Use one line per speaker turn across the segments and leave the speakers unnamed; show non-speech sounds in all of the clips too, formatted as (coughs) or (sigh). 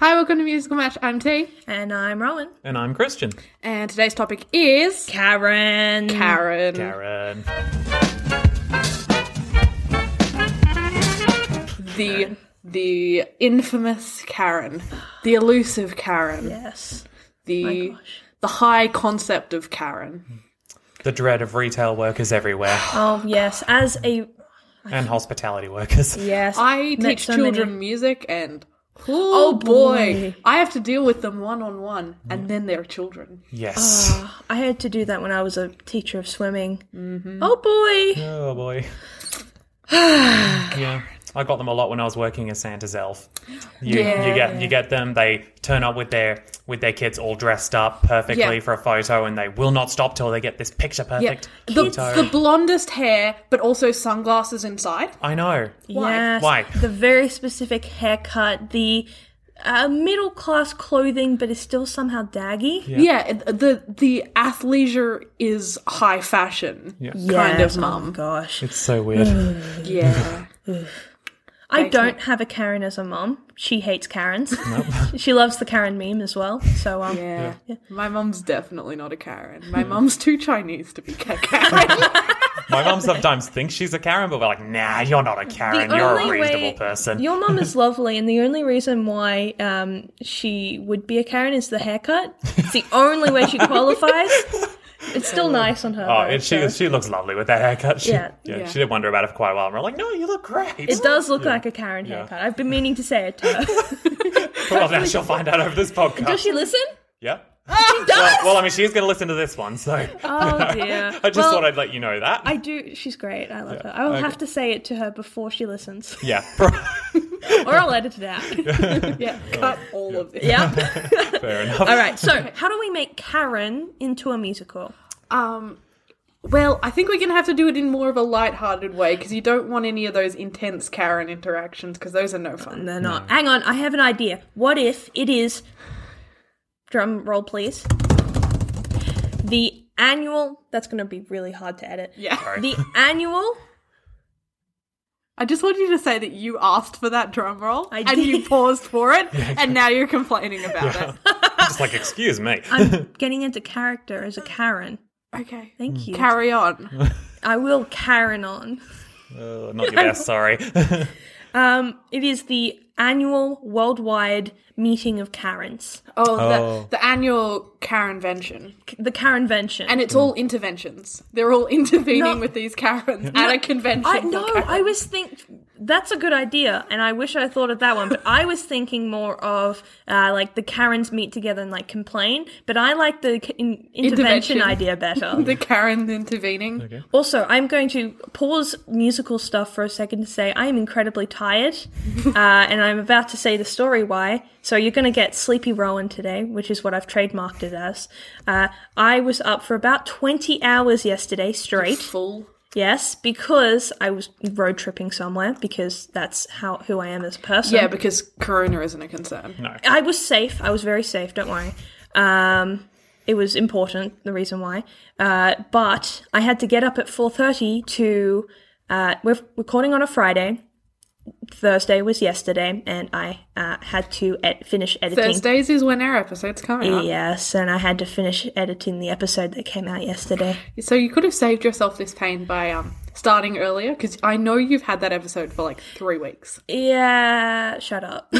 Hi, welcome to Musical Match. I'm T,
And I'm Rowan.
And I'm Christian.
and today's topic is
Karen.
Karen.
Karen.
The the infamous Karen, the elusive Karen,
Yes.
the
gosh.
the high concept of Karen.
The dread of retail workers
(sighs)
everywhere
Oh yes. As a
and hospitality workers.
yes.
I
met
teach
so
children
many-
music and Oh boy.
boy.
I have to deal with them one on one, and then they're children.
Yes.
Ah.
I had to do that when I was a teacher of swimming.
Mm-hmm.
Oh boy.
Oh
(sighs)
boy. yeah. I got them a lot when I was working as Santa's elf. You, you get you get them. They turn up with their with their kids all dressed up perfectly
Yeah.
for a photo, and they will not stop till they get this picture
Yeah,
perfect
the,
photo.
the blondest hair, but also sunglasses inside.
I know.
Why?
Yes.
Why?
The very specific haircut. The uh, middle class clothing, but it's still somehow daggy.
Yeah, it- the the athleisure is high fashion. Yeah. Kind of
Yes, Oh
mum.
gosh.
It's
(sighs)
so weird.
Yeah.
I don't have a Karen as a mom. She hates Karens. (laughs) she loves the Karen meme as well. So um,
Yeah. Hmm. My mum's definitely not a Karen. My mum's too Chinese to be a Karen.
My mom sometimes thinks she's a Karen, but we're like, nah, you're not a Karen.
The
You're a
only
reasonable
way-
person.
Your mum is lovely, and the only reason why um, she would be a Karen is the haircut. It's the only way she qualifies. It's still nice on her.
Oh,
though,
and she
so-
she looks lovely with that haircut. She,
Yeah.
yeah,
Yeah.
She did wonder about it for quite a while. And we're like, no, you look great.
It does look like a Karen haircut. I've been meaning to say it to her.
(laughs) well, now she'll find out over this podcast.
Does (laughs) she
(laughs)
listen?
yeah. She does. Well, well, I mean, she's going to listen to this one, so
Oh dear.
(laughs) I just thought I'd let you know that.
I do. She's great. I love her. I will have to say it to her before she listens,
(laughs) yeah.
or I'll edit it
(laughs)
out.
(laughs)
yeah, cut all of it.
yeah.
Fair
(laughs)
enough.
All right. So, how do we make Karen into a musical?
Um, well, I think we're going to have to do it in more of a light-hearted way because you don't want any of those intense Karen interactions because those are no fun.
They're not. Hang on, I have an idea. What if it is drum roll please? The annual that's gonna be really hard to edit.
Yeah. Sorry. (laughs)
The annual
I just want you to say that you asked for that drum roll
I
and
did.
you paused for it and now you're complaining about
just like,
(laughs)
excuse me.
(laughs)
I'm getting into character as a Karen.
it. (laughs) Okay.
Thank you.
Carry on. (laughs)
I will Karen on.
Uh, not your best, sorry. (laughs)
Um it is the annual worldwide meeting of Karens.
Oh, The, the annual Karenvention.
C- The Karenvention.
And it's all interventions. They're all (laughs) intervening
No.
with these Karens at a convention.
I
for
no,
Karens.
I was think that's a good idea, and I wish I thought of that one. But I was thinking more of uh, like the Karens meet together and like complain. But I like the c- in- intervention,
Intervention.
idea better.
(laughs) the Karen intervening.
also, I'm going to pause musical stuff for a second to say I am incredibly
(laughs)
tired, uh, and I'm about to say the story why. So you're going to get Sleepy Rowan today, which is what I've trademarked it as. Uh, I was up for about 20 hours yesterday straight.
Full.
Yes, because I was road tripping somewhere because that's how who I am as a person.
Yeah, because Corona isn't a concern.
I was safe. I was very safe. Don't worry. Um, it was important. The reason why, uh, but I had to get up at four thirty to. Uh, we're recording on a Friday Thursday was yesterday, and I uh, had to ed- finish editing.
Thursdays is when our episode's coming up.
Yes, and I had to finish editing the episode that came out yesterday.
So you could have saved yourself this pain by um, starting earlier because I know you've had that episode for like three weeks.
Yeah, shut up.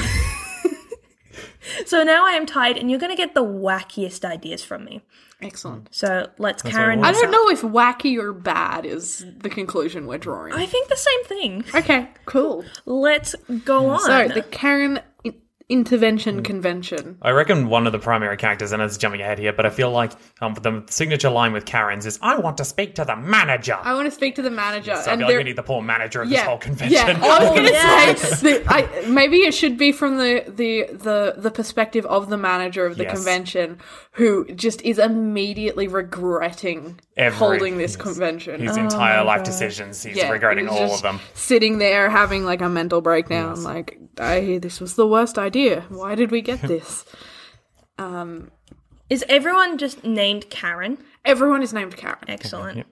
so now I am tired, and you're going to get the wackiest ideas from me.
Excellent.
Mm-hmm. So let's Karen.
I
this
don't
up.
know if wacky or bad is the conclusion we're drawing.
I think the same thing.
okay, cool.
Let's go on.
So Hmm, the Karen in-
Mm.
intervention convention.
I reckon one of the primary characters, and it's jumping ahead here, but I feel like um, the signature line with Karen's is, "I want to speak to the manager."
Oh,
I want to speak to the manager.
so I feel like
there-
we need the poor manager of
yeah,
this whole convention.
Yeah,
(laughs)
I was gonna
yes.
say (laughs) the, I, maybe it should be from the, the the the perspective of the manager of the
Yes.
convention who just is immediately regretting
Every-
holding this
yes.
convention.
(laughs)
Oh,
His
Oh
entire life decisions, he's regretting
he's
all
just
of them.
Sitting there having like a mental breakdown, like I hear this was the worst idea. Why did we
(laughs)
get this?
Is everyone just named Karen?
Everyone is named Karen.
Excellent.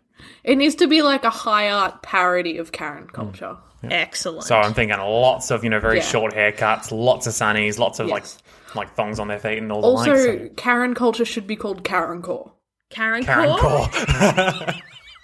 It needs to be like a high art parody of Karen
Hmm.
culture.
Excellent.
So I'm thinking lots of you know very
Yeah.
short haircuts, lots of sunnies, lots of
Yes.
like like thongs on their feet and all the like.
Also, (laughs)
so-
Karen culture should be called Karen core.
Karen,
Karen
Core?
Core.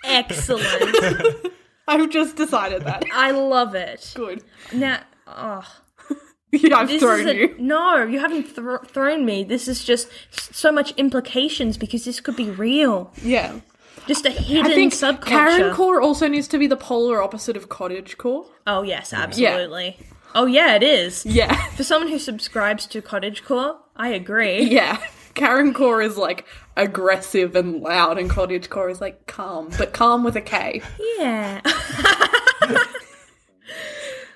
Excellent.
I've just decided
(laughs)
that.
I love it.
Good.
Now, oh,
(laughs) Yeah, I've
this
thrown
is a,
you.
no, you haven't thro- thrown me. This is just so much implications because this could be real.
Yeah.
Just a hidden
I think
subculture.
Karen core also needs to be the polar opposite of cottage core.
oh yes, absolutely. Oh yeah, it is.
Yeah.
For someone who subscribes to cottagecore, I
(laughs)
agree.
Yeah. Karen core is like aggressive and loud, and cottage core is like calm, but calm with a K.
Yeah.
(laughs)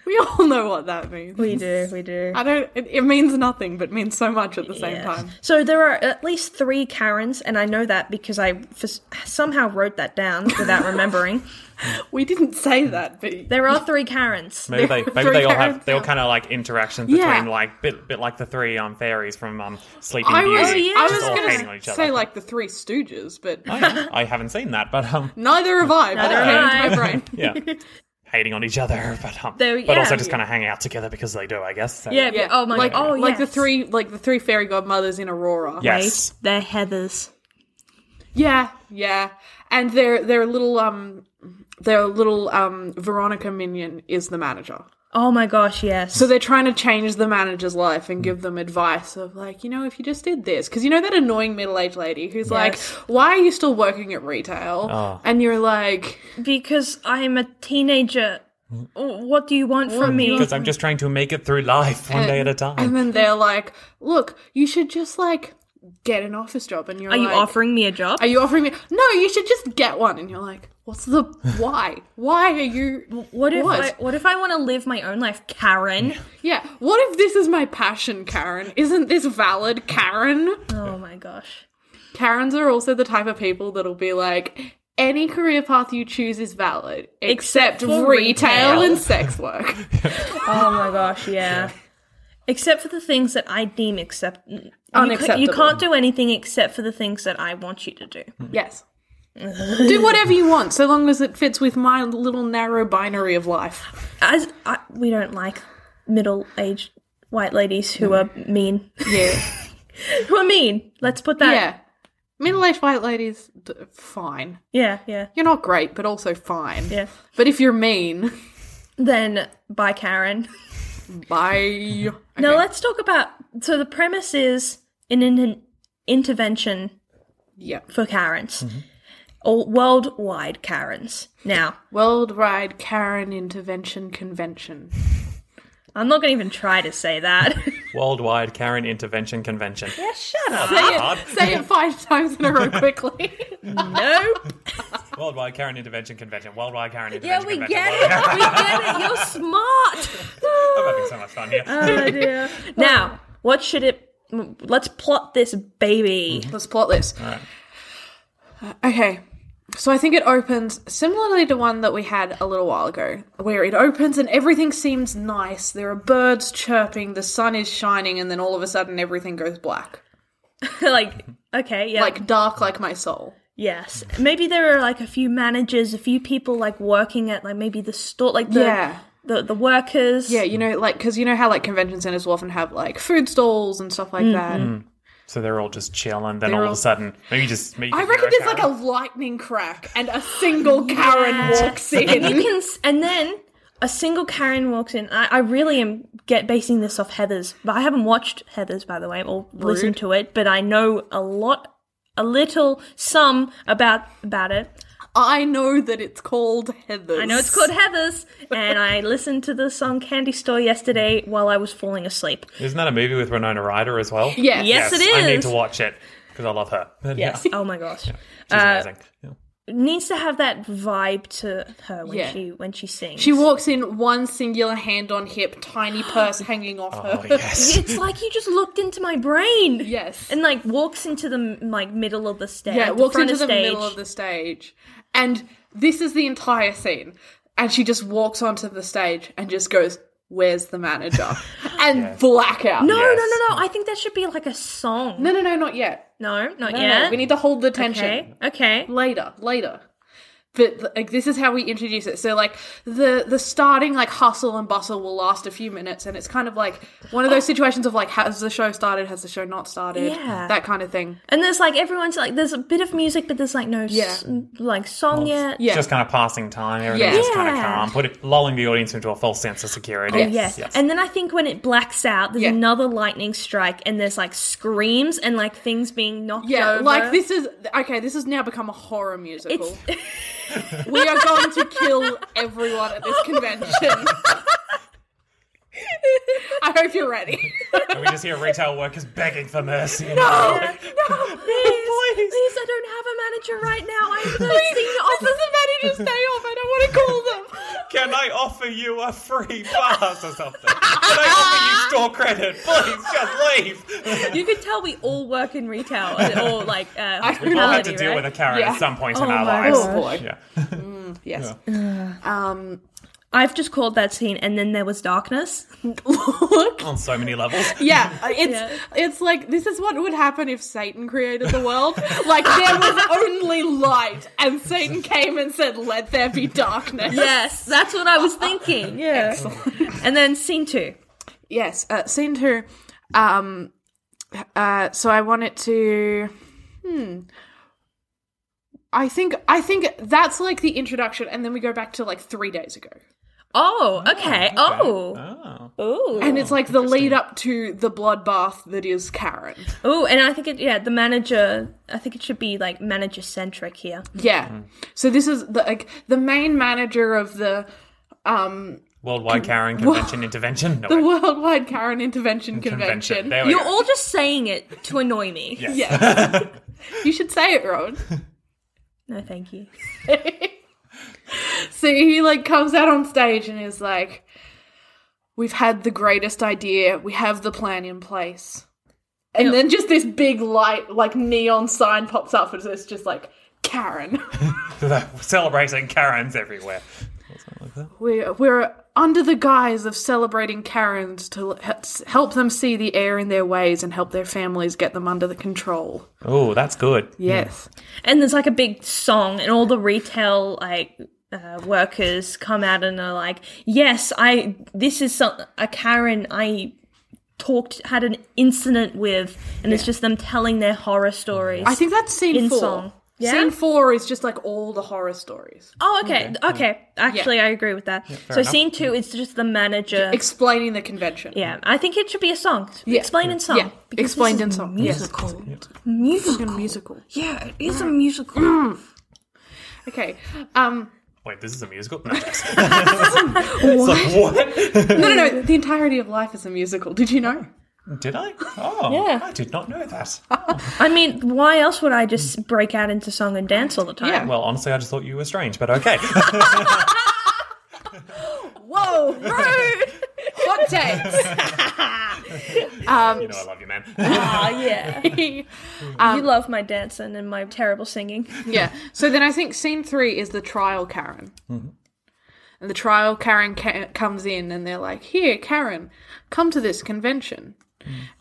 We all know what that means.
we do, we do.
I don't. It, it means nothing, but means so much at the same
Yeah.
time.
So there are at least three Karens, and I know that because I f- somehow wrote that down
(laughs)
without remembering.
We didn't say that, but
there are three Karens.
(laughs) Maybe they, maybe
Three
they all have
Karens
they all
now.
kind of like interactions between
Yeah.
like bit bit like the three um fairies from um Sleeping
I
Beauty.
was.
oh, yeah.
I
just
was
all
gonna
hating on each other.
say like the Three Stooges, but (laughs)
I, I haven't seen that, but um
neither have I. But
Neither
it came
have
into my
I.
brain.
yeah, hating on each other, (laughs) but um,
Though,
but
yeah.
also just kind of hanging out together because they do, I guess. So.
Yeah,
Yeah.
Oh my
like,
god. Oh,
like the
yes.
three, like the three fairy godmothers in Aurora.
Yes.
They're Heathers.
Yeah, yeah. And their their little um their little um Veronica minion is the manager.
Oh my gosh, yes.
So they're trying to change the manager's life and give them advice of like, you know, if you just did this, because you know that annoying middle aged lady who's like,
Yes. Oh.
why are you still working at retail? And you're like,
because I'm a teenager.
Hmm.
What do you want from me?
Because I'm just trying to make it through life
Uh,
one day at a
and
time.
then they're like, look, you should just like get an office job, and you're
Are you
like,
offering me a job?
Are you offering me? No, you should just get one. And you're like, what's the (laughs) why? why are you?
what if
What?
I, what if I want to live my own
(laughs)
life, Karen?
Yeah. What if this is my passion, Karen? Isn't this valid, Karen?
Oh my gosh.
Karens are also the type of people that'll be like, any career path you choose is valid,
Except
except,
for
retail,
retail.
and sex
(laughs)
work.
Oh my gosh, yeah. Except for the things that I deem accept- you ca- You
Unacceptable. Hmm.
can't do anything except for the things that I want you to do.
yes. Do whatever you want, so long as it fits with my little narrow binary of life.
As I, we don't like middle-aged white ladies who are mean. (laughs)
Yeah.
who are mean. Let's put that.
yeah. Middle aged white ladies, d- fine.
Yeah, yeah.
You're not great, but also fine.
Yeah.
But if you're mean,
Then by Karen.
bye.
Now let's talk about. So the premise is an, in- intervention
Yeah.
for Karens,
Mm-hmm.
or worldwide Karens. Now
Worldwide Karen Intervention Convention.
I'm not going to even try to say that. (laughs)
Worldwide Karen Intervention Convention.
yeah, shut up.
Say it, say it five times in a row quickly.
Nope.
Worldwide Karen Intervention Convention. Worldwide Karen
Yeah,
Intervention
we
Convention.
get it. We get it. You're smart.
I'm (laughs) having so much fun here.
Uh, (laughs) Now, what should it? Let's plot this baby.
Let's plot this. Uh, Okay. So I think it opens similarly to one that we had a little while ago, where it opens and everything seems nice. There are birds chirping, the sun is shining, and then all of a sudden everything goes black.
(laughs) like, okay, yeah,
Like dark like my soul.
yes. Maybe there are like a few managers, a few people like working at like maybe the store, like the
Yeah.
the the workers.
Yeah, you know, like because you know how like convention centers will often have like food stalls and stuff like that.
So they're all just chilling. Then
They're
all, of
all-
a sudden, maybe just maybe
I
you
reckon
hear
there's like a
Karen.
lightning crack and a single Karen walks
You
in.
can s- and then a single Karen walks in. I, I really am get basing this off Heather's, but I haven't watched Heather's by the way or listened to it, but I know a lot, a little, some about about it.
I know that it's called Heather's.
I know it's called Heather's, and I listened to the song Candy Store yesterday while I was falling asleep.
Isn't that a movie with Winona Ryder as well?
Yes.
Yes, it
I need
is.
to watch it because I love her.
Yes. Uh, Oh my gosh.
Yeah, she's amazing. Yeah.
Needs to have that vibe to her when
Yeah.
she when she sings.
She walks in, one singular hand on hip,
(gasps)
tiny purse hanging off her.
Oh yes.
It's like you just looked into my brain.
Yes.
And like walks into the m- like middle of the stage.
(laughs) Yeah,
the
walks
front
into
of
the
stage.
middle of the stage, and this is the entire scene. And she just walks onto the stage and just goes, "Where's the manager?"
(laughs)
and blackout.
No,
Yes.
no, no, no. I think that should be like a song.
no, no, no, not yet.
No, not
No, no,
yet.
we need to hold the tension.
Okay. Okay.
later later but like this is how we introduce it so like the the starting like hustle and bustle will last a few minutes and it's kind of like one of those situations of like has the show started has the show not started
Yeah.
that kind of thing
And there's like everyone's like there's a bit of music, but there's like no s- like song yet.
yeah
Just kind of passing time. Everything's
Yeah.
just kind of
Yeah. Oh,
calm, put it, lulling the audience into a false sense of security.
Yes.
Yes. And then I think when it blacks out, there's
Yeah.
another lightning strike, and there's like screams and like things being knocked
yeah
over.
like
(laughs)
this is okay this has now become a horror musical we are going to kill everyone at this convention i hope you're ready
And we just hear retail workers begging for mercy.
Oh,
please, please, I don't have a manager right now. I
(laughs)
haven't seen the
this is a
office.
manager's day off i don't want to
(laughs)
call them
Can I offer you a free pass or something? Can I offer you store credit? Please, just leave.
You could tell we all work in retail or like uh, hospitality,
We'll have to deal
right?
with a Karen
Yeah.
at some point in
Oh
our
my
lives.
God. Oh, boy.
Yeah.
yes um
I've just called that scene, and then there was darkness.
look
On so many levels.
(laughs) Yeah, uh, it's it's like this is what would happen if Satan created the world. Like there was (laughs) only light, and Satan came and said, "Let there be darkness."
Yes, that's what I was thinking. (laughs) Yeah. And then scene two.
Yes. Uh, scene two. Um. Uh. So I want it to. Hmm. I think I think that's like the introduction, and then we go back to like three days ago,
Oh, okay. Oh,
Oh.
ooh,
and it's like the lead up to the bloodbath that is Karen.
ooh, and I think it. Yeah, the manager. I think it should be like manager centric here.
Yeah. So this is the like the main manager of the um
Worldwide Karen Convention Intervention. No,
the
wait.
Worldwide Karen Intervention Convention.
Convention. There we
You're
go.
all just saying it to annoy me.
Yes.
Yes. (laughs) you should say it, Rowan.
No, thank you.
So he like comes out on stage and is like, "We've had the greatest idea. We have the plan in place." And then just this big light, like neon sign pops up, and it's just like Karen.
(laughs) We're celebrating Karens everywhere.
We're, we're under the guise of celebrating Karens to l- he- help them see the error in their ways and help their families get them under the control.
Oh, that's good.
Yes.
And there's like a big song, and all the retail like uh, workers come out and are like, "Yes, I. This is some, a Karen. I talked had an incident with, and it's just them telling their horror stories.
I think that's scene
In
four.
song. Yeah?
Scene four is just like all the horror stories.
oh, okay, okay. Actually, I agree with that. so
enough.
scene two is just the manager.
Explaining the convention.
yeah, I think it should be a song. Explain in song.
Yeah.
Because
Explained
this
in
is
song.
Musical.
Yes.
Musical.
Fucking musical.
Yeah, it is a musical.
Okay. Um
Wait, this is a musical? No, it's like, what?
no no no the entirety of life is a musical. Did you know?
Did I? Oh,
Yeah.
I did not know that.
I mean, why else would I just break out into song and dance all the time?
Yeah. (laughs)
Well, honestly, I just thought you were strange, but okay.
Whoa,
Oh, (laughs)
rude hot takes.
(laughs) you know I love you, man.
Ah, yeah. you love my dancing and my terrible singing.
yeah. So then I think scene three is the trial Karen. And the trial Karen ca- comes in and they're like, Here, Karen, come to this convention.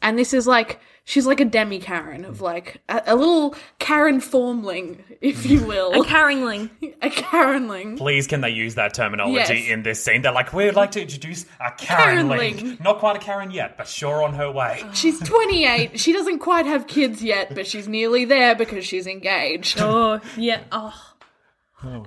And this is like she's like a demi Karen of like a, a little Karen formling, if you will,
A Caringling.
(laughs) a Karenling.
Please, can they use that terminology
Yes.
in this scene? They're like, we'd like to introduce a Karen,
Karen
Link.
Link.
Not quite a Karen yet, but sure on her way.
She's 28. She doesn't quite have kids yet, but she's nearly there because she's engaged.
Oh, yeah. Oh.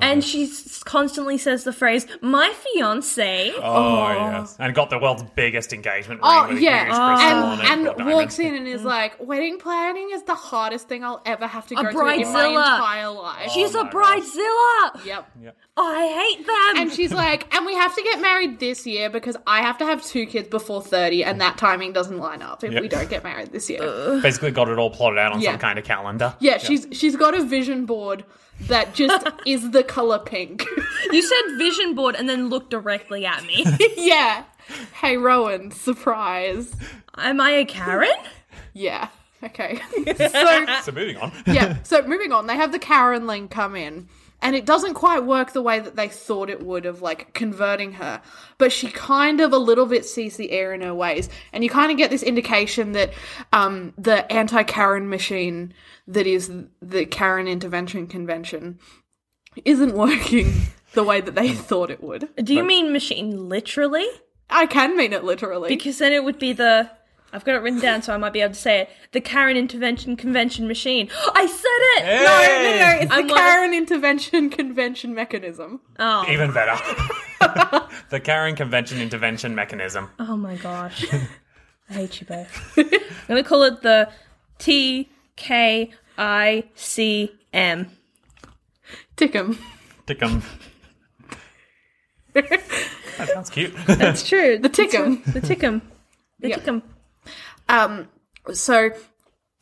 And she s- constantly says the phrase, my fiance.
Oh, yes. And got the world's biggest engagement ring.
Oh
with a
yeah,
huge crystal on it,
and,
gold
and
diamond.
walks
(laughs)
in and is like, "Wedding planning is the hardest thing I'll ever have to
A
go through in my
bridezilla.
entire life."
She's a bridezilla.
yep.
Oh, I hate them.
And she's like, "And we have to get married this year because I have to have two kids before thirty, and that timing doesn't line up if
Yep.
we don't get married this year."
Basically got it all plotted out on
Yeah.
some kind of calendar.
yeah, she's she's got a vision board that just
(laughs)
is the color pink. (laughs)
you said vision board and then looked directly at (laughs) me.
yeah. Hey Rowan, surprise.
Am I a Karen?
Yeah. (laughs) Okay. so
So moving on.
yeah. So moving on, they have the Karen Ling come in, and it doesn't quite work the way that they thought it would of like converting her. But she kind of a little bit sees the error in her ways, and you kind of get this indication that um, the anti Karen machine that is the Karen Intervention Convention isn't working the way that they thought it would.
Do you mean machine literally?
I can mean it literally.
Because then it would be the. I've got it written down, so I might be able to say it. The Karen Intervention Convention Machine. I said it!
no,
Hey!
no, no, it's
I'm
the
one of-
Karen Intervention Convention mechanism.
(laughs) Even
(laughs)
better. the Karen Convention Intervention Mechanism.
Oh my gosh. I hate you (laughs) both. I'm going to call it the T K I C M.
Tickum. (laughs)
Tickum. that
(laughs)
sounds cute.
That's true.
The Tickum.
The Tickum. The Tickum.
um so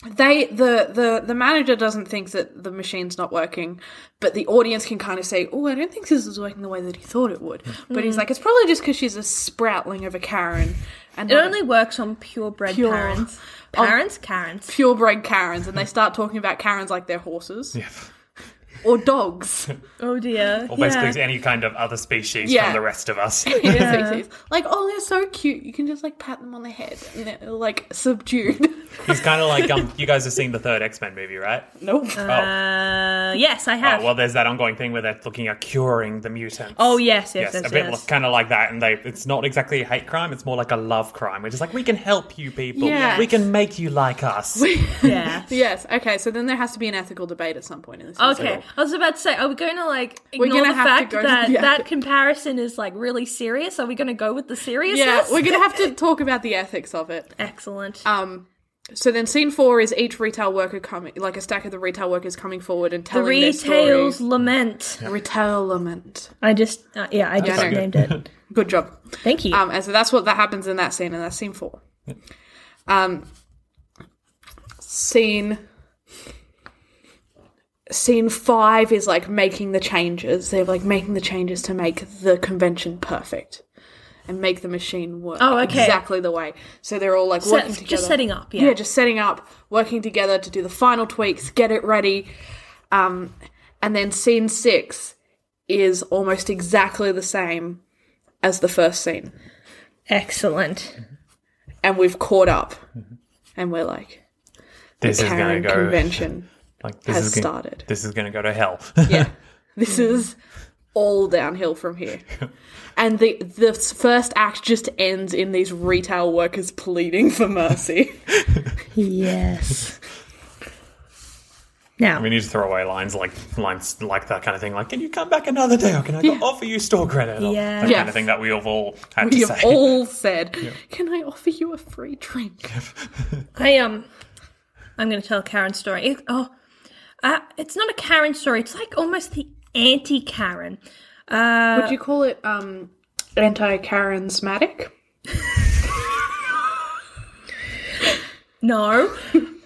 they the the the manager doesn't think that the machine's not working but the audience can kind of say oh i don't think this is working the way that he thought it would but
Hmm.
he's like it's probably just because she's a sproutling of a karen and
It Oh.
not a
only works on purebred
Pure.
parents. Parents? Karens.
purebred karens and they start talking about karens like they're horses or
(laughs)
dogs (laughs)
Oh dear.
Or basically
yeah.
any kind of other species
Yeah.
from the rest of
(laughs)
us.
Species. like oh they're so cute you can just like pat them on the head and they're like
(laughs)
subdued
He's kind of like, um, you guys have seen the third X Men movie, right?
nope
Oh.
Uh, yes, I have.
Oh, well, there's that ongoing thing where they're looking at curing the mutants.
Oh, yes, yes,
yes,
yes,
a bit
yes.
kind of like that, and they, it's not exactly a hate crime; it's more like a love crime. We're just like, we can help you people,
Yes.
we can make you like us.
yeah. (laughs)
yes okay so then there has to be an ethical debate at some point in this
Okay, I was about to say, are we going to like ignore
oh. gonna
the
have to
fact
go to-
that
yeah.
that comparison is like really serious? Are we going to go with the seriousness?
yeah we're gonna Oh, have to talk about the ethics of it
Excellent.
So then, scene four is each retail worker coming, like a stack of the retail workers coming forward and
the
telling their
retail's
story.
lament.
Retail lament.
I just, uh, yeah, I just
no.
named it.
Good job.
Thank you.
Um, and so that's what that happens in that scene, and that's scene four. Um, scene scene five is like making the changes. They're like making the changes to make the convention perfect and make the machine work.
Oh, okay.
Exactly the way. So they're all like
So
working
it's
together,
just setting up, yeah.
yeah, just setting up, working together to do the final tweaks, get it ready. Um, and then scene six is almost exactly the same as the first scene (laughs)
Excellent.
and we've caught up and we're like
Mm-hmm. this is
Karen
going to go (laughs)
convention
like this
has
is gonna,
started.
This is going to go to hell. (laughs)
yeah this is all downhill from
(laughs)
here and the the first act just ends in these retail workers pleading for
(laughs)
mercy
Yes. Now,
we need to throw away lines like lines like that kind of thing. Like, can you come back another day, or can I offer you store credit? Or
Yeah.
that kind
Yes.
of thing that we have all had
we
to
have
say. (laughs)
all said can i offer you a free drink
I um, I'm going to tell a Karen story. It- oh, uh, it's not a Karen story. It's like almost the anti-Karen. Uh,
would you call it um anti-karensmatic
No,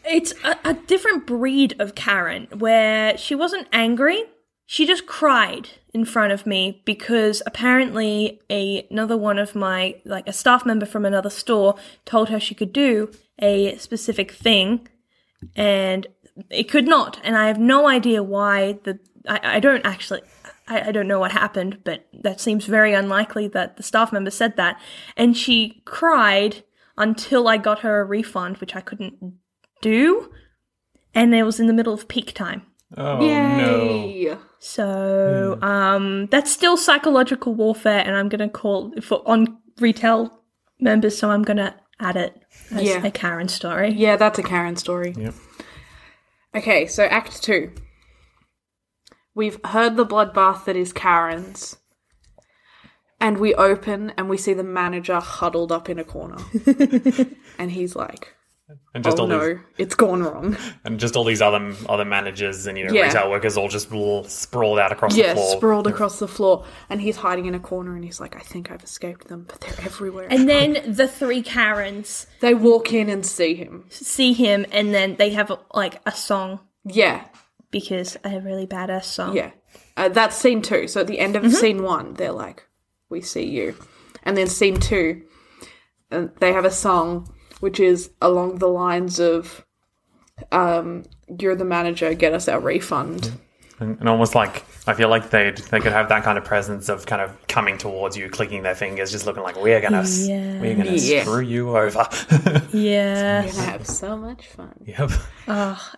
it's a, a different breed of Karen where she wasn't angry. She just cried in front of me because apparently a, another one of my like a staff member from another store told her she could do a specific thing and it could not and I have no idea why the I, I don't actually I, I don't know what happened but that seems very unlikely that the staff member said that and she cried until I got her a refund, which I couldn't do. And it was in the middle of peak time.
Oh no.
Yay.
So um, that's still psychological warfare, and I'm going to call for on retail members. So I'm going to add it as
Yeah.
a Karen story.
Yeah, that's a Karen story.
Yep.
Okay, so Act Two. We've heard the bloodbath that is Karen's. And we open and we see the manager huddled up in a corner. and he's like,
And
Oh
just all these,
no, it's gone wrong.
and just all these other other managers and you know
Yeah.
retail workers all just all sprawled out across
yeah,
the floor.
sprawled across the floor. And he's hiding in a corner and he's like, I think I've escaped them, but they're everywhere.
And then the three Karens
they walk in and see him.
see him, and then they have like a song
Yeah,
because a really badass song.
Yeah. Uh, that's scene two. So at the end of scene one, they're like, we see you. And then scene two, uh, they have a song which is along the lines of, um, you're the manager, get us our refund.
and, and almost like I feel like they would they could have that kind of presence of kind of coming towards you, clicking their fingers, just looking like we're gonna s
Yeah.
we're gonna
Yeah.
screw you over. (laughs)
Yeah.
You're going to have so much fun.
yep.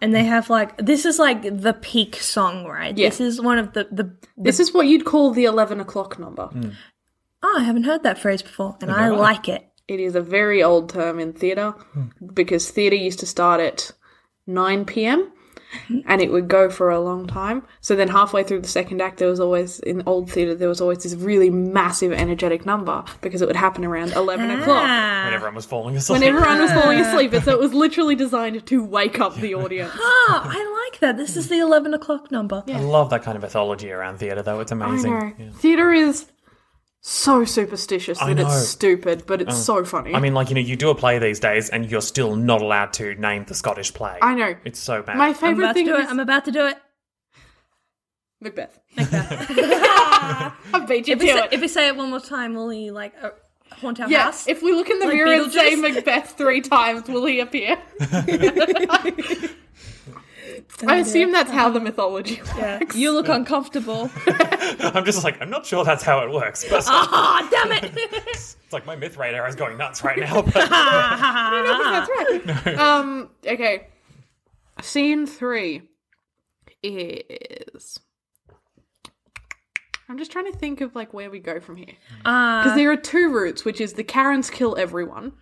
And they have like this is like the peak song, right?
Yeah.
This is one of the the.
This is what you'd call the 11 o'clock number.
Oh, I haven't heard that phrase before, and I like it.
It is a very old term in theatre
Hmm.
because theatre used to start at 9 pm and it would go for a long time. So then, halfway through the second act, there was always, in old theatre, there was always this really massive, energetic number because it would happen around 11 o'clock.
Ah.
When everyone was falling asleep.
When everyone was falling asleep, and so it was literally designed to wake up the audience.
Oh, I like that. This is the 11 o'clock number.
I love that kind of mythology around theatre, though. It's
I
(laughs) amazing.
know.
Yeah.
Theatre is so superstitious
I
that
know. Uh,
it's stupid, but it's so funny.
I mean, like, you know, you do a play these days and you're still not allowed to name the Scottish play.
I know.
It's so bad. (laughs)
my
I'm
favorite
about to
thing
do it.
is
I'm about to do it.
Macbeth. (laughs) I beat you
If
to
we, say,
it.
if we say it one more time, will he like uh, haunt our
Yes.
house?
If we look in the
Like
mirror and say
Beetlejuice?
Macbeth three times, will he appear? I assume that's how the mythology works. (laughs)
Yeah. You look uncomfortable.
I'm just like, I'm not sure that's how it works. But
(laughs) Ah, damn it! (laughs)
it's like my myth radar is going nuts right now. (laughs) But
That's (laughs) right. Um. Okay. Scene three is. I'm just trying to think of like where we go from here because there are two routes, which is the Karens kill everyone,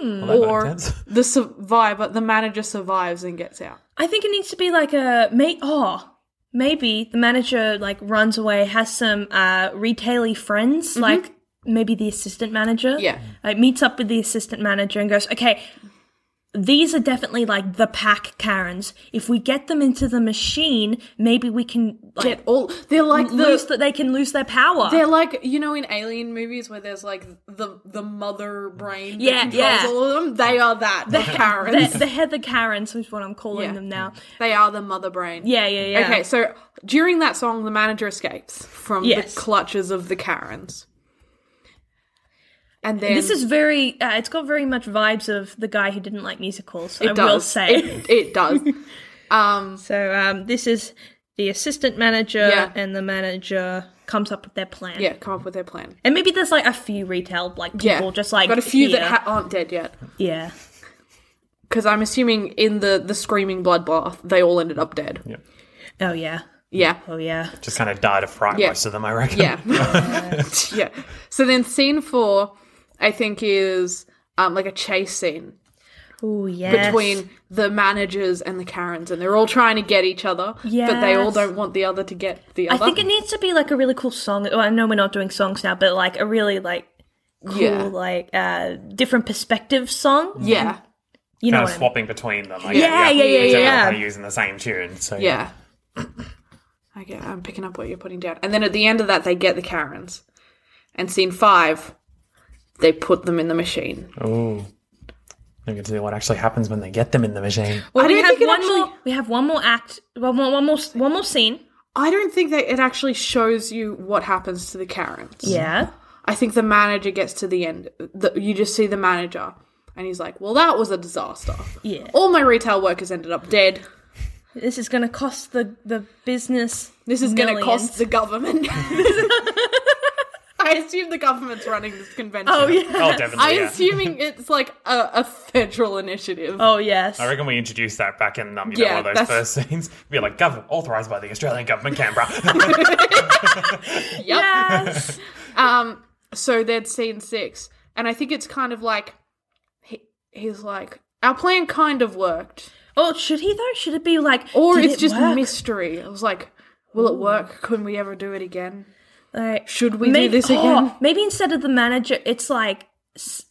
Well, that
or
makes sense.
the survivor, the manager survives and gets out.
I think it needs to be like a may. Oh, maybe the manager like runs away, has some uh retaily friends, like maybe the assistant manager.
Mm-hmm. Yeah.
like meets up with the assistant manager and goes, okay. These are definitely like the pack Karens. If we get them into the machine, maybe we can like,
Get all they're like the
lose that they can lose their power.
They're like you know in alien movies where there's like the the mother brain that
Yeah,
controls
yeah.
all of them. They are that
(laughs)
the
the,
Karens.
the Heather Karens is what I'm calling
Yeah.
them now.
they are the mother brain.
Yeah, yeah, yeah.
Okay, so during that song, the manager escapes from
Yes.
the clutches of the Karens, and then
this is very. Uh, it's got very much vibes of the guy who didn't like musicals. I
it does.
will say.
it, it does. (laughs) Um,
so um, this is the assistant manager,
Yeah.
and the manager comes up with their plan.
yeah, come up with their plan.
And maybe there's like a few retail like people
Yeah,
just like
got a few
here.
that ha- aren't dead yet
yeah.
because I'm assuming in the the screaming bloodbath they all ended up dead.
Yeah.
Oh yeah.
Yeah.
Oh yeah.
(laughs) Just kind of died of fright,
Yeah.
most of them, I reckon.
(laughs)
Yeah. yeah. So then scene four, I think, is um, like a chase scene
Oh yes.
between the managers and the Karens, and they're all trying to get each other, but they all
Yes.
don't want the other to get the
I
other.
think it needs to be like a really cool song. Well, I know we're not doing songs now, but like a really like cool
Yeah.
like uh different perspective song.
yeah.
You know
Kind of
what I mean?
swapping between them. Like,
Yeah, yeah, yeah,
Except
yeah.
they're kind of using the same tune. So
Yeah. Okay, I'm picking up what you're putting down. And then at the end of that, they get the Karens. And scene five, they put them in the machine.
Ooh. I get to see what actually happens when they get them in the machine.
(laughs) Well,
I
we
don't
have
think it
one
actually-
more. We have one more act. One more. One more. One more scene.
I don't think that it actually shows you what happens to the Karens.
Yeah.
I think the manager gets to the end. The, you just see the manager, and he's like, "Well, that was a disaster.
Yeah.
All my retail workers ended up dead.
This is going to cost the the business.
This is going to cost the government." (laughs) I assume the government's running this convention.
Oh yeah.
Oh, definitely.
I'm
yeah.
assuming it's like a, a federal initiative.
Oh yes.
I reckon we introduced that back in um, you
Yeah,
know, one of those
that's-
first scenes. We're like, government authorised by the Australian government, Canberra.
yep. (laughs)
Yes.
Um, so they'd seen six, and I think it's kind of like he, he's like our plan kind of worked,
oh, should he though? Should it be like,
or
did
it's
it
just
work?
mystery. I was like, will it work? Can we ever do it again?
Like,
Should we do this
oh,
again?
maybe instead of the manager, it's like s-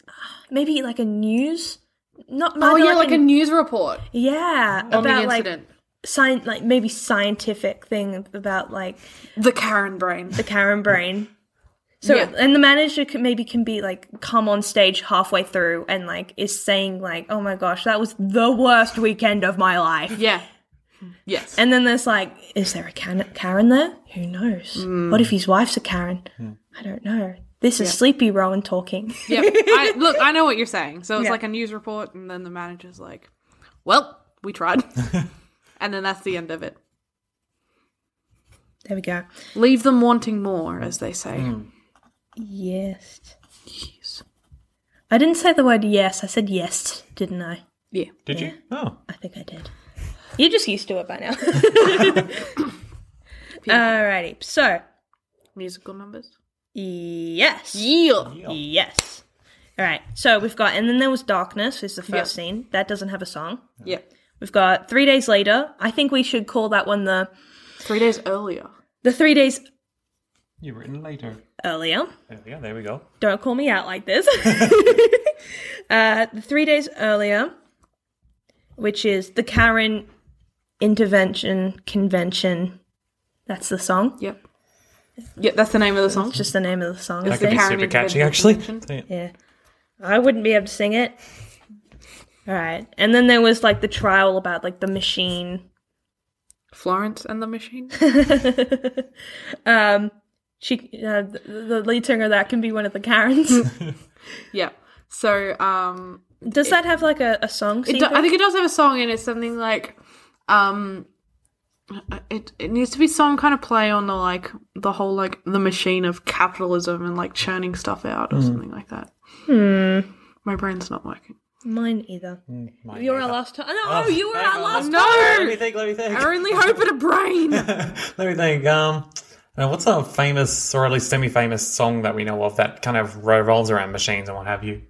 maybe like a news. Not
Oh
neither
yeah, like a
an-
news report
yeah
on the
about like
incident.
science, like maybe scientific thing about like
the Karen brain.
the Karen brain. So
Yeah.
and the manager can, maybe can be like come on stage halfway through and like is saying like oh my gosh that was the worst weekend of my life
Yeah. (laughs) Yes.
and then there's like is there a Karen, Karen there who knows what if his wife's a Karen I don't know this is sleepy Rowan talking
yep. I, look, I know what you're saying. So it's
Yeah.
like a news report, and then the manager's like, "Well, we tried," and then that's the end of it.
there we go
Leave them wanting more, as they say.
yes I didn't say the word yes I said yes didn't I
Yeah.
(laughs) Did (laughs) you? Oh.
I think I did. You're just used to it by (laughs) now. Alrighty. So,
Musical numbers.
yes.
Yeah.
Yes. All right. So we've got, and then there was Darkness, is the first
Yep.
scene. That doesn't have a song.
Yep.
We've got Three Days Later. I think we should call that one the
Three days earlier.
the Three Days
You've written later.
Earlier.
There we go. There we go.
Don't call me out like (laughs) this. uh, the Three Days Earlier, which is the Karen Intervention Convention. That's the song.
Yep. Yep, that's the name of the song.
It's just the name of the song.
That could be
Karen
super catchy, actually.
intervention
Yeah. I wouldn't be able to sing it. All right. And then there was like the trial about like the machine.
Florence and the (laughs) Machine.
um she uh, the, the lead singer of that can be one of the Karens. (laughs)
yeah. So, um,
Does that have like a, a song
it do- I
sequence?
think it does have a song in it. Something like, um, it it needs to be some kind of play on the like the whole like the machine of capitalism and like churning stuff out or something like that. Hmm. My brain's not working.
Hmm, Mine either.
My
You were our
neighbour.
last time. No, Oh, you were our last time.
ah. Let me
No,
think. Let me think.
I only hope at a brain.
(laughs) Let me think. Um, now what's a famous, or at least semi-famous song that we know of that kind of revolves around machines and what have you?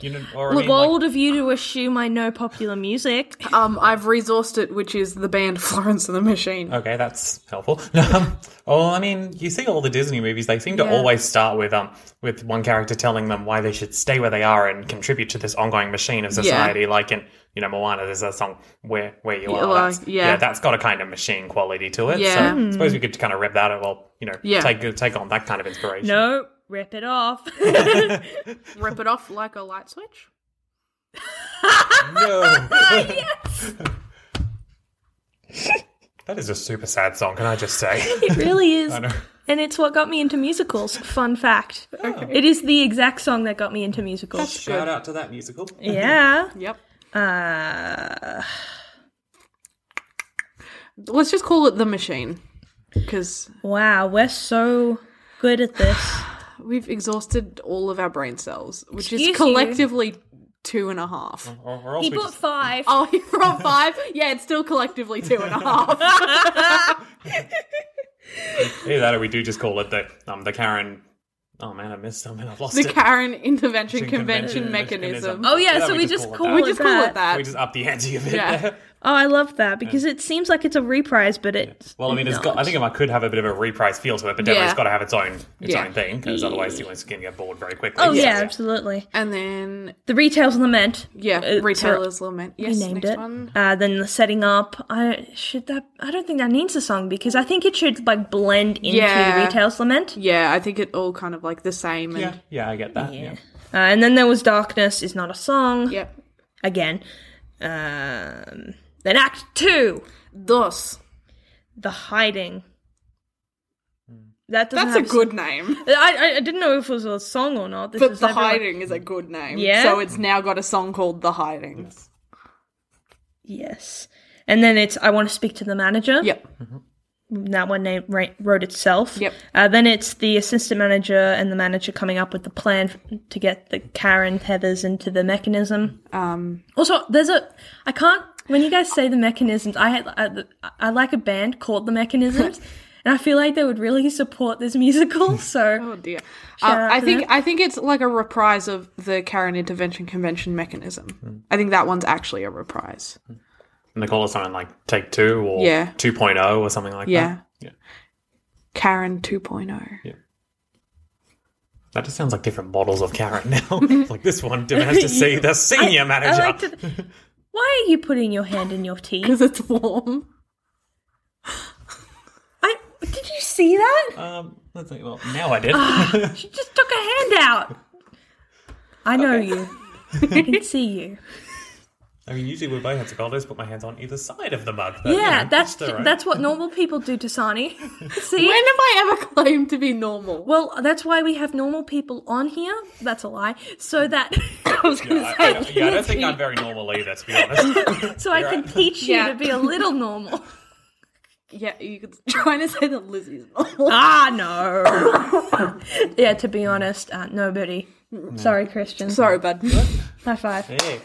You know, or I mean, like-
Bold of you to assume I know popular (laughs) music.
um, I've resourced it, which is the band (laughs) Florence and the Machine.
Okay, that's helpful. (laughs) Um, well, I mean, you see all the Disney movies; they seem to always start with um with one character telling them why they should stay where they are and contribute to this ongoing machine of society. Like in you know Moana, there's that song "Where Where You Are."
are,
That's-
yeah.
that's got a kind of machine quality to it.
Yeah.
So I suppose we could kind of rip that. up, Well, you know,
Yeah.
take take on that kind of inspiration.
No, rip it off.
Rip it off like a light switch.
No. that is a super sad song. Can I just
(laughs)
say?
it (laughs) really is.
I know.
And it's what got me into musicals. Fun fact. It is the exact song that got me into musicals.
(laughs) Shout out to that musical.
Yeah.
Yep.
Uh,
Let's just call it the machine, because
wow, we're so good at
(sighs)
this.
we've exhausted all of our brain cells, which
Excuse you.
is collectively two and a half.
Or, or else
He
we
bought
just-
five.
Oh, (laughs) you're on five? Yeah, it's still collectively two and a half.
(laughs)
Either that, or we do just call it the um the Karen. Oh man, I missed something. I've lost
The
it.
Karen Intervention
Convention
Convention Mechanism.
Oh yeah,
Yeah,
so we, just call,
we
it
just call it that.
We just up the ante a bit.
Yeah.
there.
Oh, I love that because it seems like it's a reprise, but it's
Well, I mean, it's
not.
got. I think it might- could have a bit of a reprise feel to it, but definitely
Yeah.
it's got to have its own its
Yeah.
own thing because otherwise you're just going to get bored very quickly.
Oh
So,
yeah, absolutely.
And then,
The retail's lament.
yeah,
Uh,
Retailer's Lament.
I
Yes,
named
next
it.
one.
Uh, then the setting up. I should that. I don't think that needs a song because I think it should like blend into
Yeah.
retail's lament.
Yeah, I think it all kind of like the same. And,
Yeah, yeah, I get that. Yeah.
Uh, and then there was darkness is not a song
Yep.
again. Um, then Act Two,
Thus.
the hiding. That doesn't
That's a
have
(laughs)
s-
good name.
I, I I didn't know if it was a song or not. This
But
is
The
everyone-
Hiding is a good name.
Yeah.
So it's now got a song called The Hiding.
Yes. And then it's I want to speak to the manager.
Yep.
that one name right, wrote itself.
Yep.
Uh, then it's the assistant manager and the manager coming up with the plan f- to get the Karen Heathers into the mechanism.
Um,
Also, there's a I can't when you guys say the mechanisms. I had I, I like a band called
(laughs)
the Mechanisms, and I feel like they would really support this musical. So
oh dear.
Shout
Uh,
out
I
to
think
them.
I think it's like a reprise of the Karen Intervention Convention mechanism. I think that one's actually a reprise.
And they call it something like Take Two or
Yeah.
2.0 or something like
Yeah.
that. Yeah.
Karen oh. 2.0.
That just sounds like different models of Karen
(laughs)
now. It's like this one demands to see the senior manager.
I like to- why are you putting your hand in your tea?
Because (laughs) it's warm.
I did you see that?
um, let's see. Well, now
(laughs)
I did.
She just took a hand out. I know you. I can see
(laughs)
you.
I mean, usually with both hands of gold, I just put my hands on either side of the mug. But, you
Yeah,
know,
that's
it's all right.
that's what normal people do to
(laughs)
Sani. See,
When have I ever claimed to be normal?
well, that's why we have normal people on here. That's a lie. So that (coughs)
I was going to say.
I, I don't- yeah, I don't think I'm very normal either, to be
(laughs)
honest.
so I can teach you
Yeah.
to
(laughs)
be a little normal.
Yeah, you could (laughs) trying to say that Lizzie's normal. (laughs)
ah, no.
(coughs)
yeah, to be honest, uh, nobody. Sorry, Christian.
Sorry, (laughs) bud.
High five.
hey.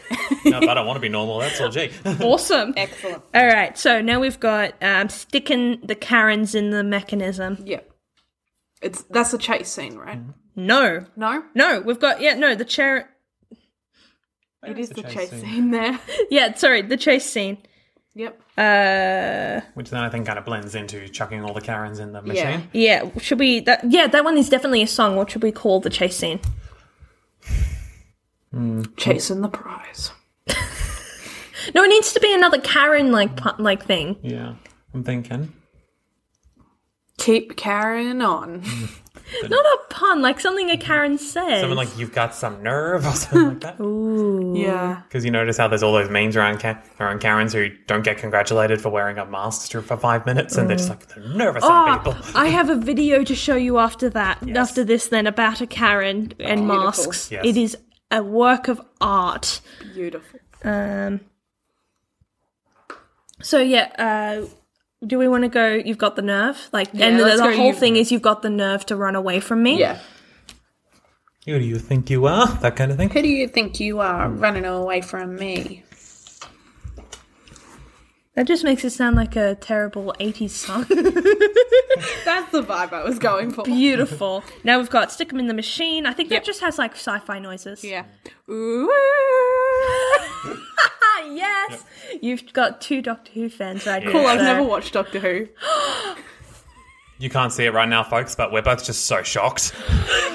No, but I don't want to be normal. That's all, (laughs) G.
Awesome.
Excellent.
All right, so now we've got um, sticking the Karens in the mechanism.
Yeah. It's that's a chase scene, right?
No,
No?
no, we've got yeah, no, the chair.
It is the
chase
chase
scene.
scene there. (laughs)
Yeah, sorry, the chase scene.
Yep.
Uh,
Which then I think kind of blends into chucking all the Karens in the machine.
Yeah.
yeah, should we? That, yeah, that one is definitely a song. What should we call the chase scene?
mm. Chasing the prize.
No, it needs to be another Karen like like thing.
Yeah. I'm thinking.
Keep carrying on.
Not a pun, like something a Karen says.
Something like, you've got some nerve or (laughs) something like that.
Mm. Yeah.
Because you notice how there's all those memes around Ka- around Karens who don't get congratulated for wearing up masks to- for five minutes, and they're just like the nervous
Ah,
people.
I have a video to show you after that, after this, then about a Karen and masks.
Yes.
It is a work of art.
Beautiful.
Um, so yeah, uh, do we want to go? You've got the nerve, like, and the,
let's
the
go,
whole
you-
thing is you've got the nerve to run away from me.
Yeah.
Who do you think you are? That kind of thing.
Who do you think you are running away from me?
that just makes it sound like a terrible
(laughs)
'80s song.
That's the vibe I was going for.
Beautiful. now we've got stick 'em in the machine. I think that just has like sci-fi noises.
Yeah.
Ah, (laughs) yes. You've got two Doctor Who fans right
Cool,
now.
I've
so-
never
(laughs)
watched Doctor Who.
You can't see it right now, folks, but we're both just so shocked.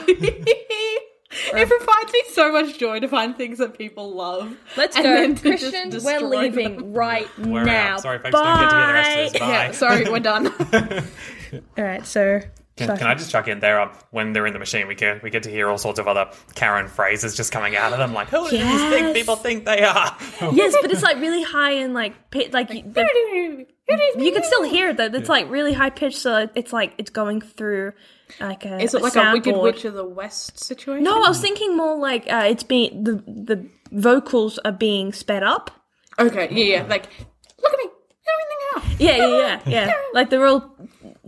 it provides me so much joy to find things that people love.
Let's
And
go,
then to just
Christian. We're
destroy
leaving right
We're
now.
out. Sorry, folks,
Bye.
don't get to hear the rest of this. Bye.
Yeah, sorry, we're
(laughs)
done.
All right, so.
Can, can I just chuck in there? Um, when they're in the machine, we get we get to hear all sorts of other Karen phrases just coming out of them, like "Who do you
Yes.
think people think they are?" (laughs)
yes, but it's like really high and like pi- like you- the-
(laughs)
you can still hear it though. It's like really high pitched, so it's like it's going through like a.
Is it like a
soundboard.
Wicked Witch of the West situation?
No, I was thinking more like uh, it's being the the vocals are being sped up.
Okay, yeah, yeah. Like, look at me. Everything out.
Yeah,
(laughs)
yeah, yeah, yeah. Like they're all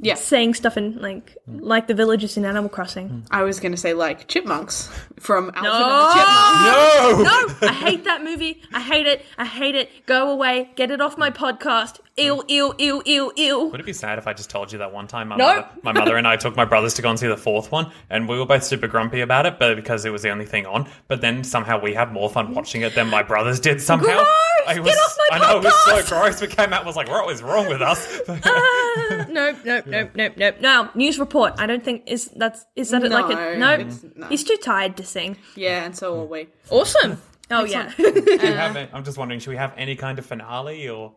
Yeah.
saying stuff in like like the villagers in Animal Crossing.
I was gonna say like chipmunks from Alvin
No.
and the Chipmunks.
no,
No, I hate that movie. I hate it. I hate it. Go away. Get it off my podcast. Ew, ew, ew, ew, ew.
Would it be sad if I just told you that one time my,
No.
mother, my
(laughs)
mother and I took my brothers to go and see the fourth one, and we were both super grumpy about it, but because it was the only thing on. But then somehow we had more fun watching it than my brothers did. Somehow,
Gross!
I
Get
was,
off my
I know it was
podcast!
so gross. We came out and was like, "What is wrong with us?" (laughs)
Uh, (laughs) nope, nope, nope, nope, nope. No news report. I don't think is that's is that it like a
No,
nope.
it's- no.
He's too tired to sing.
Yeah, and so are we.
Awesome. Oh yeah.
(laughs)
Do you have a- I'm just wondering, should we have any kind of finale or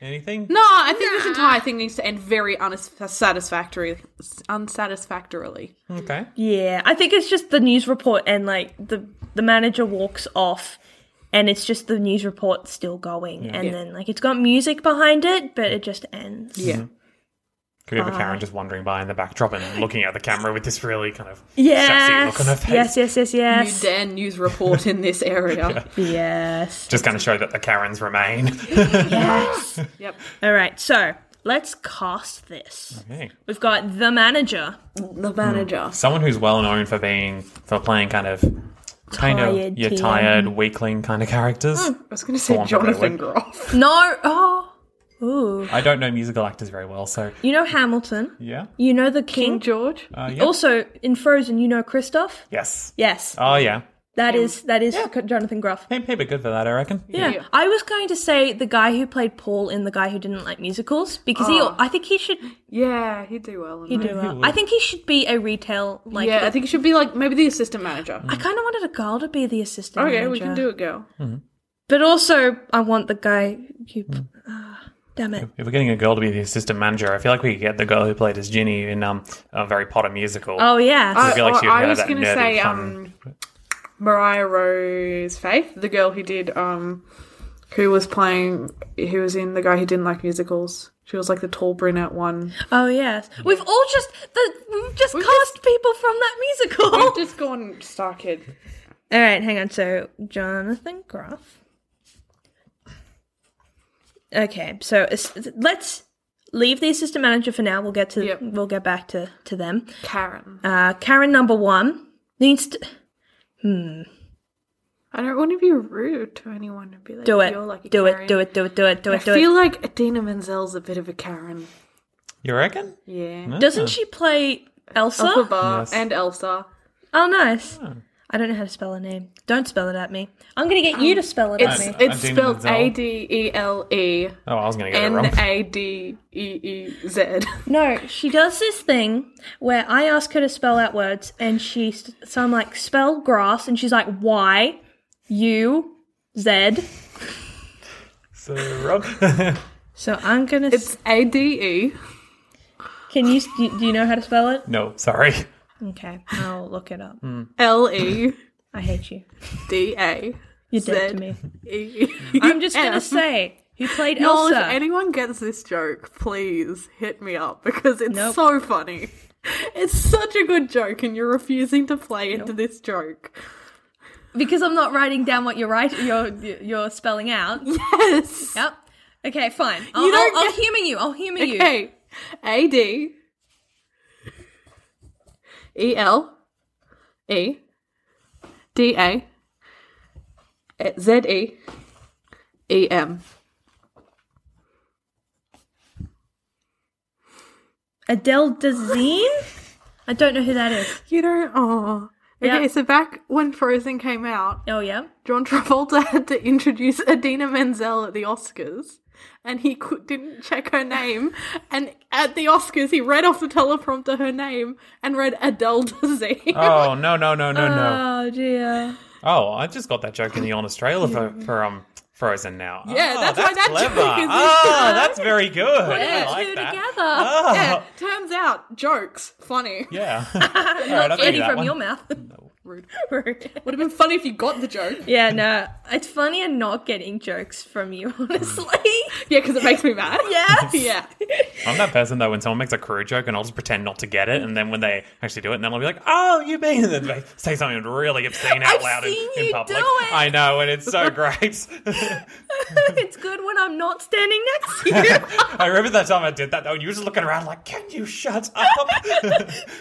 anything?
No, I think this entire thing needs to end very unsatisfactory, unsatisfactorily.
Okay.
yeah, I think it's just the news report and like the the manager walks off, and it's just the news report still going, and
Yeah.
then like it's got music behind it, but it just ends.
Yeah.
Could we have a
Ah.
Karen just wandering by in the backdrop and looking at the camera with this really kind of sassy
Yes.
look on her face?
Yes. Yes. Yes. Yes.
You dare news report in this
(laughs)
area.
Yes. (laughs)
(laughs) Just kind of show that the Karens remain.
Yes.
Yep.
All right. So Let's cast this.
Okay.
We've got the manager.
The manager.
Someone who's well known for being for playing kind of kind
Tired Hmm.
of your
TM.
tired weakling kind of characters.
I was going to say
Go on,
Jonathan
Jonathan
Groff.
No. Oh. Ooh.
I don't know musical actors very well, so
You know Hamilton.
yeah.
You know the King.
King George.
Uh, yeah.
Also in Frozen, you know Kristoff.
yes.
Yes,
Oh yeah.
that is that is Jonathan Gruff.
Hey, paid good for that, I reckon.
Yeah. I was going to say the guy who played Paul in the guy who didn't like musicals because
Ah.
he. I think he should.
Yeah, he'd do well. in
He
that.
do well. I think he should be a retail like.
yeah, I think it should be like maybe the assistant manager.
I kind of wanted a girl to be the assistant.
Okay,
manager.
we can do it, girl.
But also, I want the guy who. ah, damn it.
If we're getting a girl to be the assistant manager, I feel like we could get the girl who played as Ginny in um a Harry Potter musical.
Oh yeah.
I feel like
I-
she would
I
have
was
that
gonna
nerdy,
say, um,
fun-
Mariah Rose Faith, the girl who did um who was playing who was in the guy who didn't like musicals. She was like the tall brunette
(gasps)
one.
oh yes. We've all just the we've just cast people from that musical.
I've just gone star kid.
All right, hang on. So Jonathan Groff. Okay, so it's- let's leave the assistant manager for now. We'll get to
Yep.
we'll get back to to them.
Karen.
Uh, Karen number one needs to
I don't want to be rude to anyone and be like,
do it,
You're like a
do
Karen."
it, do it, do it, do it, do
I
it, do
feel
it.
like Adina Menzel's a bit of a Karen.
You reckon?
Yeah.
Doesn't she play Elsa?
Elphaba
Yes.
and Elsa.
Oh, nice. I don't know how to spell her name. Don't spell it at me. I'm gonna get you to spell it at
Um, It's
me.
it's
Idina
spelled
Menzel.
A D E L E
Oh, I was gonna get it
N
wrong.
A D E E Z.
No, she does this thing where I ask her to spell out words, and she so I'm like spell grass, and she's like Y U Z.
(laughs) So wrong. (laughs)
So I'm gonna.
It's A D E.
can you do you know how to spell it?
no, sorry.
Okay, I'll look it up.
L E
I hate you.
D A
You're dead
Zed.
to (laughs) me.
E.
I'm just
M.
gonna say who played
No, if
Elsa.
anyone gets this joke, please hit me up because it's
Nope.
so funny. It's such a good joke, and you're refusing to play into this joke.
because I'm not writing down what you're writing. You're you're spelling out.
Yes.
Yep. Okay, fine. I'll,
don't
I'll, I'll
get-
humor you. I'll humor you.
Okay. A D E L E D A Z E E M.
Adele Dazeem. I don't know who that is.
You don't. Oh.
Yeah.
Okay, so back when Frozen came out,
Oh yeah.
John Travolta (laughs) had to introduce Adina Menzel at the Oscars, and he could, didn't check her name. And at the Oscars, he read off the teleprompter her name and read Adele (laughs) Dazeem.
Oh no no no no no.
Oh dear.
Oh, I just got that joke in the honest trailer for, for um Frozen now.
Yeah,
Oh,
that's why that
clever.
joke is in
Oh,
there.
that's very good. I
two
like that.
together.
Oh,
Yeah, turns out jokes funny.
(laughs)
yeah. Alright, I'll give you
Eddie
that
from
one.
your
(laughs)
mouth.
Rude.
Rude. (laughs)
Would have been funny if you got the joke.
yeah, no, it's funny and not getting jokes from you, (laughs)
(laughs)
honestly.
Yeah, because it makes me mad.
(laughs)
(laughs)
Yes.
yeah.
I'm that person though when someone makes a crude joke and I'll just pretend not to get it, and then when they actually do it, and then I'll be like, "Oh, you mean?" (laughs) And then they say something really obscene out
I've
loud in,
seen
in
you
public.
do it.
I know, and
(laughs)
it's so great.
it's good when I'm not standing next
(laughs)
to you.
(laughs) I remember that time I did that though, and you were just looking around like, "Can you shut
(laughs)
up?"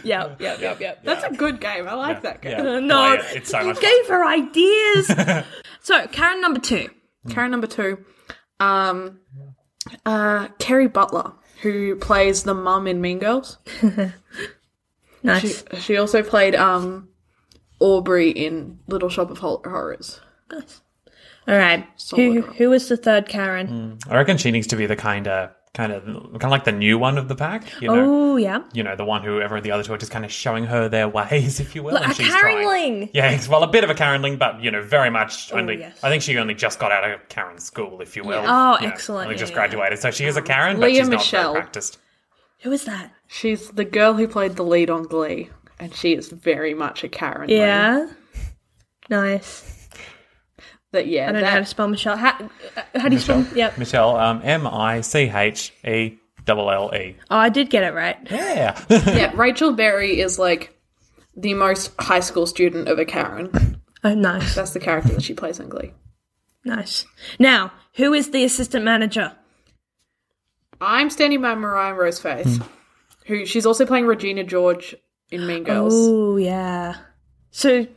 yep, yep, yep, yep.
That's a good game. I like that game.
Yeah,
(laughs) No,
play it. it's so
you
much. fun.
gave her ideas. so, Karen number two.
Karen number two, um, uh, Kerry Butler, who plays the mum in Mean Girls. She,
Nice.
she also played um, Aubrey in Little Shop of Hor- Horrors.
All right. Who
Solid.
who was the third Karen?
I reckon she needs to be the kind of, kind of, kind of like the new one of the pack. You know,
Oh yeah.
you know, the one who everyone the other two are just kind of showing her their ways, (laughs) if you will.
Look,
and
a
she's
Karen
trying.
Ling.
Yeah, it's- well, a bit of a Karen Ling, but you know, very much only.
Oh, yes.
I think she only just got out of Karen school, if you will.
Oh,
You know,
excellent.
Only
Yeah, Oh,
just
yeah,
graduated, so she is a Karen, but
Leah
she's not
Michele.
very practiced.
Who is that?
She's the girl who played the lead on Glee, and she is very much a Karen. Lynn.
Yeah. Nice.
That yeah.
I don't know how to
that,
spell Michelle. How, how do you spell? (laughs) Yep.
Michelle, um, M I C H E double L E.
Oh, I did get it right.
Yeah. (laughs)
yeah. Rachel Berry is like the most high school student of a Karen.
Oh, nice.
That's the character that she plays in Glee.
Nice. Now, who is the assistant manager?
I'm standing by Mariah Rose Faith,
Hmm.
who she's also playing Regina George in Mean Girls. Hmm.
Oh yeah. So,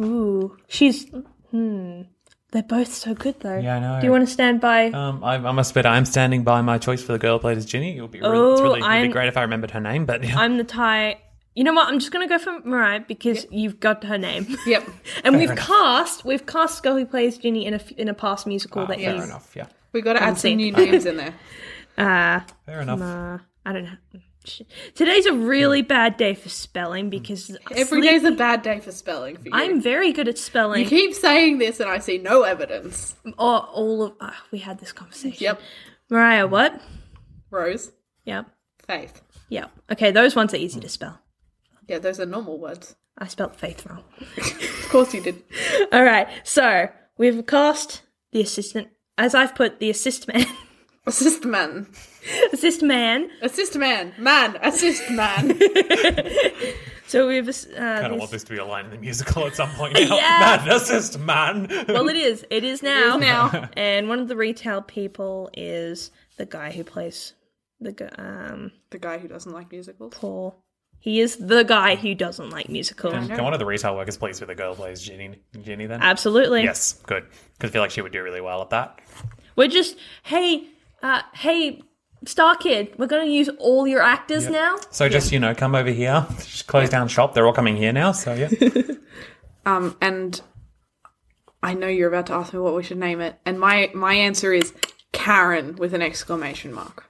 ooh, she's hmm. They're both so good though.
Yeah, I know.
Do you want to stand by?
Oh.
Um, I, I must admit, I'm standing by my choice for the girl played as Ginny. It would be, really, it's
Oh,
really, it'd
I'm-
be great if I remembered her name, but yeah.
I'm the tie. You know what? I'm just gonna go for Mariah because you've got her
(laughs)
name, (laughs)
Yep.
and we've cast we've cast girl who plays Ginny in a f- in a past
Ah,
musical that
fair
is
enough. Yeah,
We got to add some
seen
new names in there.
uh
fair enough.
uh, I don't know. Sh- Today's a really bad day for spelling because
Hmm. Every day's a bad day for spelling for you.
I'm very good at
you
spelling.
keep saying this, and I see no (laughs) evidence.
Or all of ah, we had this conversation.
Yep.
Mariah, what?
Rose,
Yep.
Faith.
Yep. Okay, those ones are easy to spell.
Yeah, those are normal words.
I spelt faith wrong. (laughs)
Of course you did. (laughs)
All right. So we've cast the assistant, as I've put, the assist man, (laughs)
Assist man.
assist man.
Assist man. Man. Assist (laughs) man.
So we've uh,
I don't
this-
want this to be a line in the musical at some
(laughs)
point. Now. yeah. Man, assist man.
well, it is. (laughs) It is now.
now.
and one of the retail people is the guy who plays the gu- um
the guy who doesn't like musicals.
Paul. He is the guy who doesn't like musicals.
Um, Can one of the retail workers please be the girl plays Ginny? Ginny then?
Uh, Absolutely.
yes, good. Because I feel like she would do really well at that.
We're just hey, uh, hey, Star Kid. We're gonna use all your actors now.
So just you know, come over here. Just close down shop. They're all coming here now.
(laughs)
So yeah.
Um, and I know you're about to ask me what we should name it, and my my answer is Karen with an exclamation mark.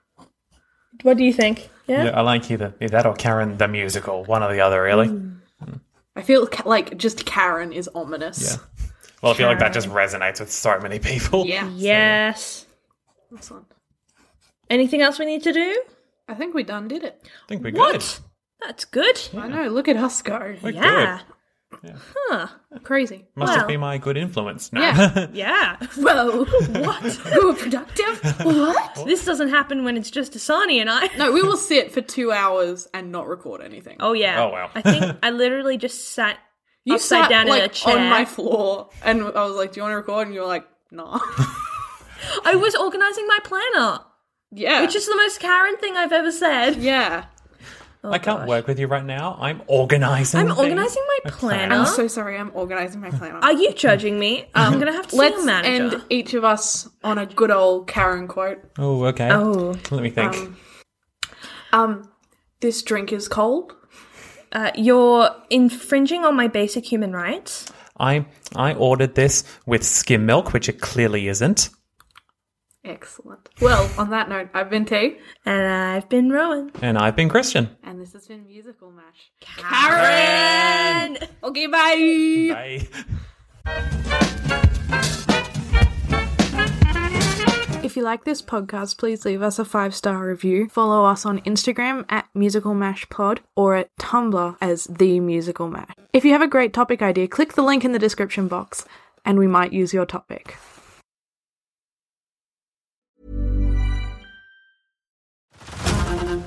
What do you think? Yeah.
Yeah, I like either, either that or Karen the musical, one or the other, really.
Mm.
I feel ca- like just Karen is ominous.
Well, I feel like that just resonates with so many people.
Yeah.
Yes.
Excellent.
Anything else we need to do?
I think we done did it.
I think we're good.
What? That's good.
I know. Look at us go.
We're
Yeah.
good.
Crazy.
Must
Well.
have been my good influence. No.
Yeah.
Yeah.
(laughs)
(laughs)
Whoa.
what?
we were productive. What?
This doesn't happen when it's just Asani and I. (laughs)
No, we will sit for two hours and not record anything.
Oh yeah.
Oh, wow.
I think I literally just sat (gasps)
you
upside
sat
down in
like,
a chair.
on my floor, and I was like, "Do you want to record?" And you were like,
(laughs)
"Nah."
I was organizing my planner,
yeah.
which is the most Karen thing I've ever said.
yeah.
(laughs) I can't work with you right now. I'm organizing.
I'm
things.
organizing my
I'm
planner.
so sorry. I'm organizing my planner.
Are you judging me? Uh, I'm gonna have to see
Let's
your manager.
end each of us on a good old Karen quote.
Oh, okay.
Oh.
Let me think.
Um, this drink is cold.
Uh, you're infringing on my basic human rights.
I I ordered this with skim milk, which it clearly isn't.
Excellent. Well, on that note, I've been T,
And I've been Rowan.
And I've been Christian.
and this has been Musical Mash.
Karen!
Okay, bye.
Bye. (laughs)
If you like this podcast, please leave us a five star review. Follow us on Instagram at Musical Mash Pod or at Tumblr as The Musical Mash. If you have a great topic idea, click the link in the description box, and we might use your topic.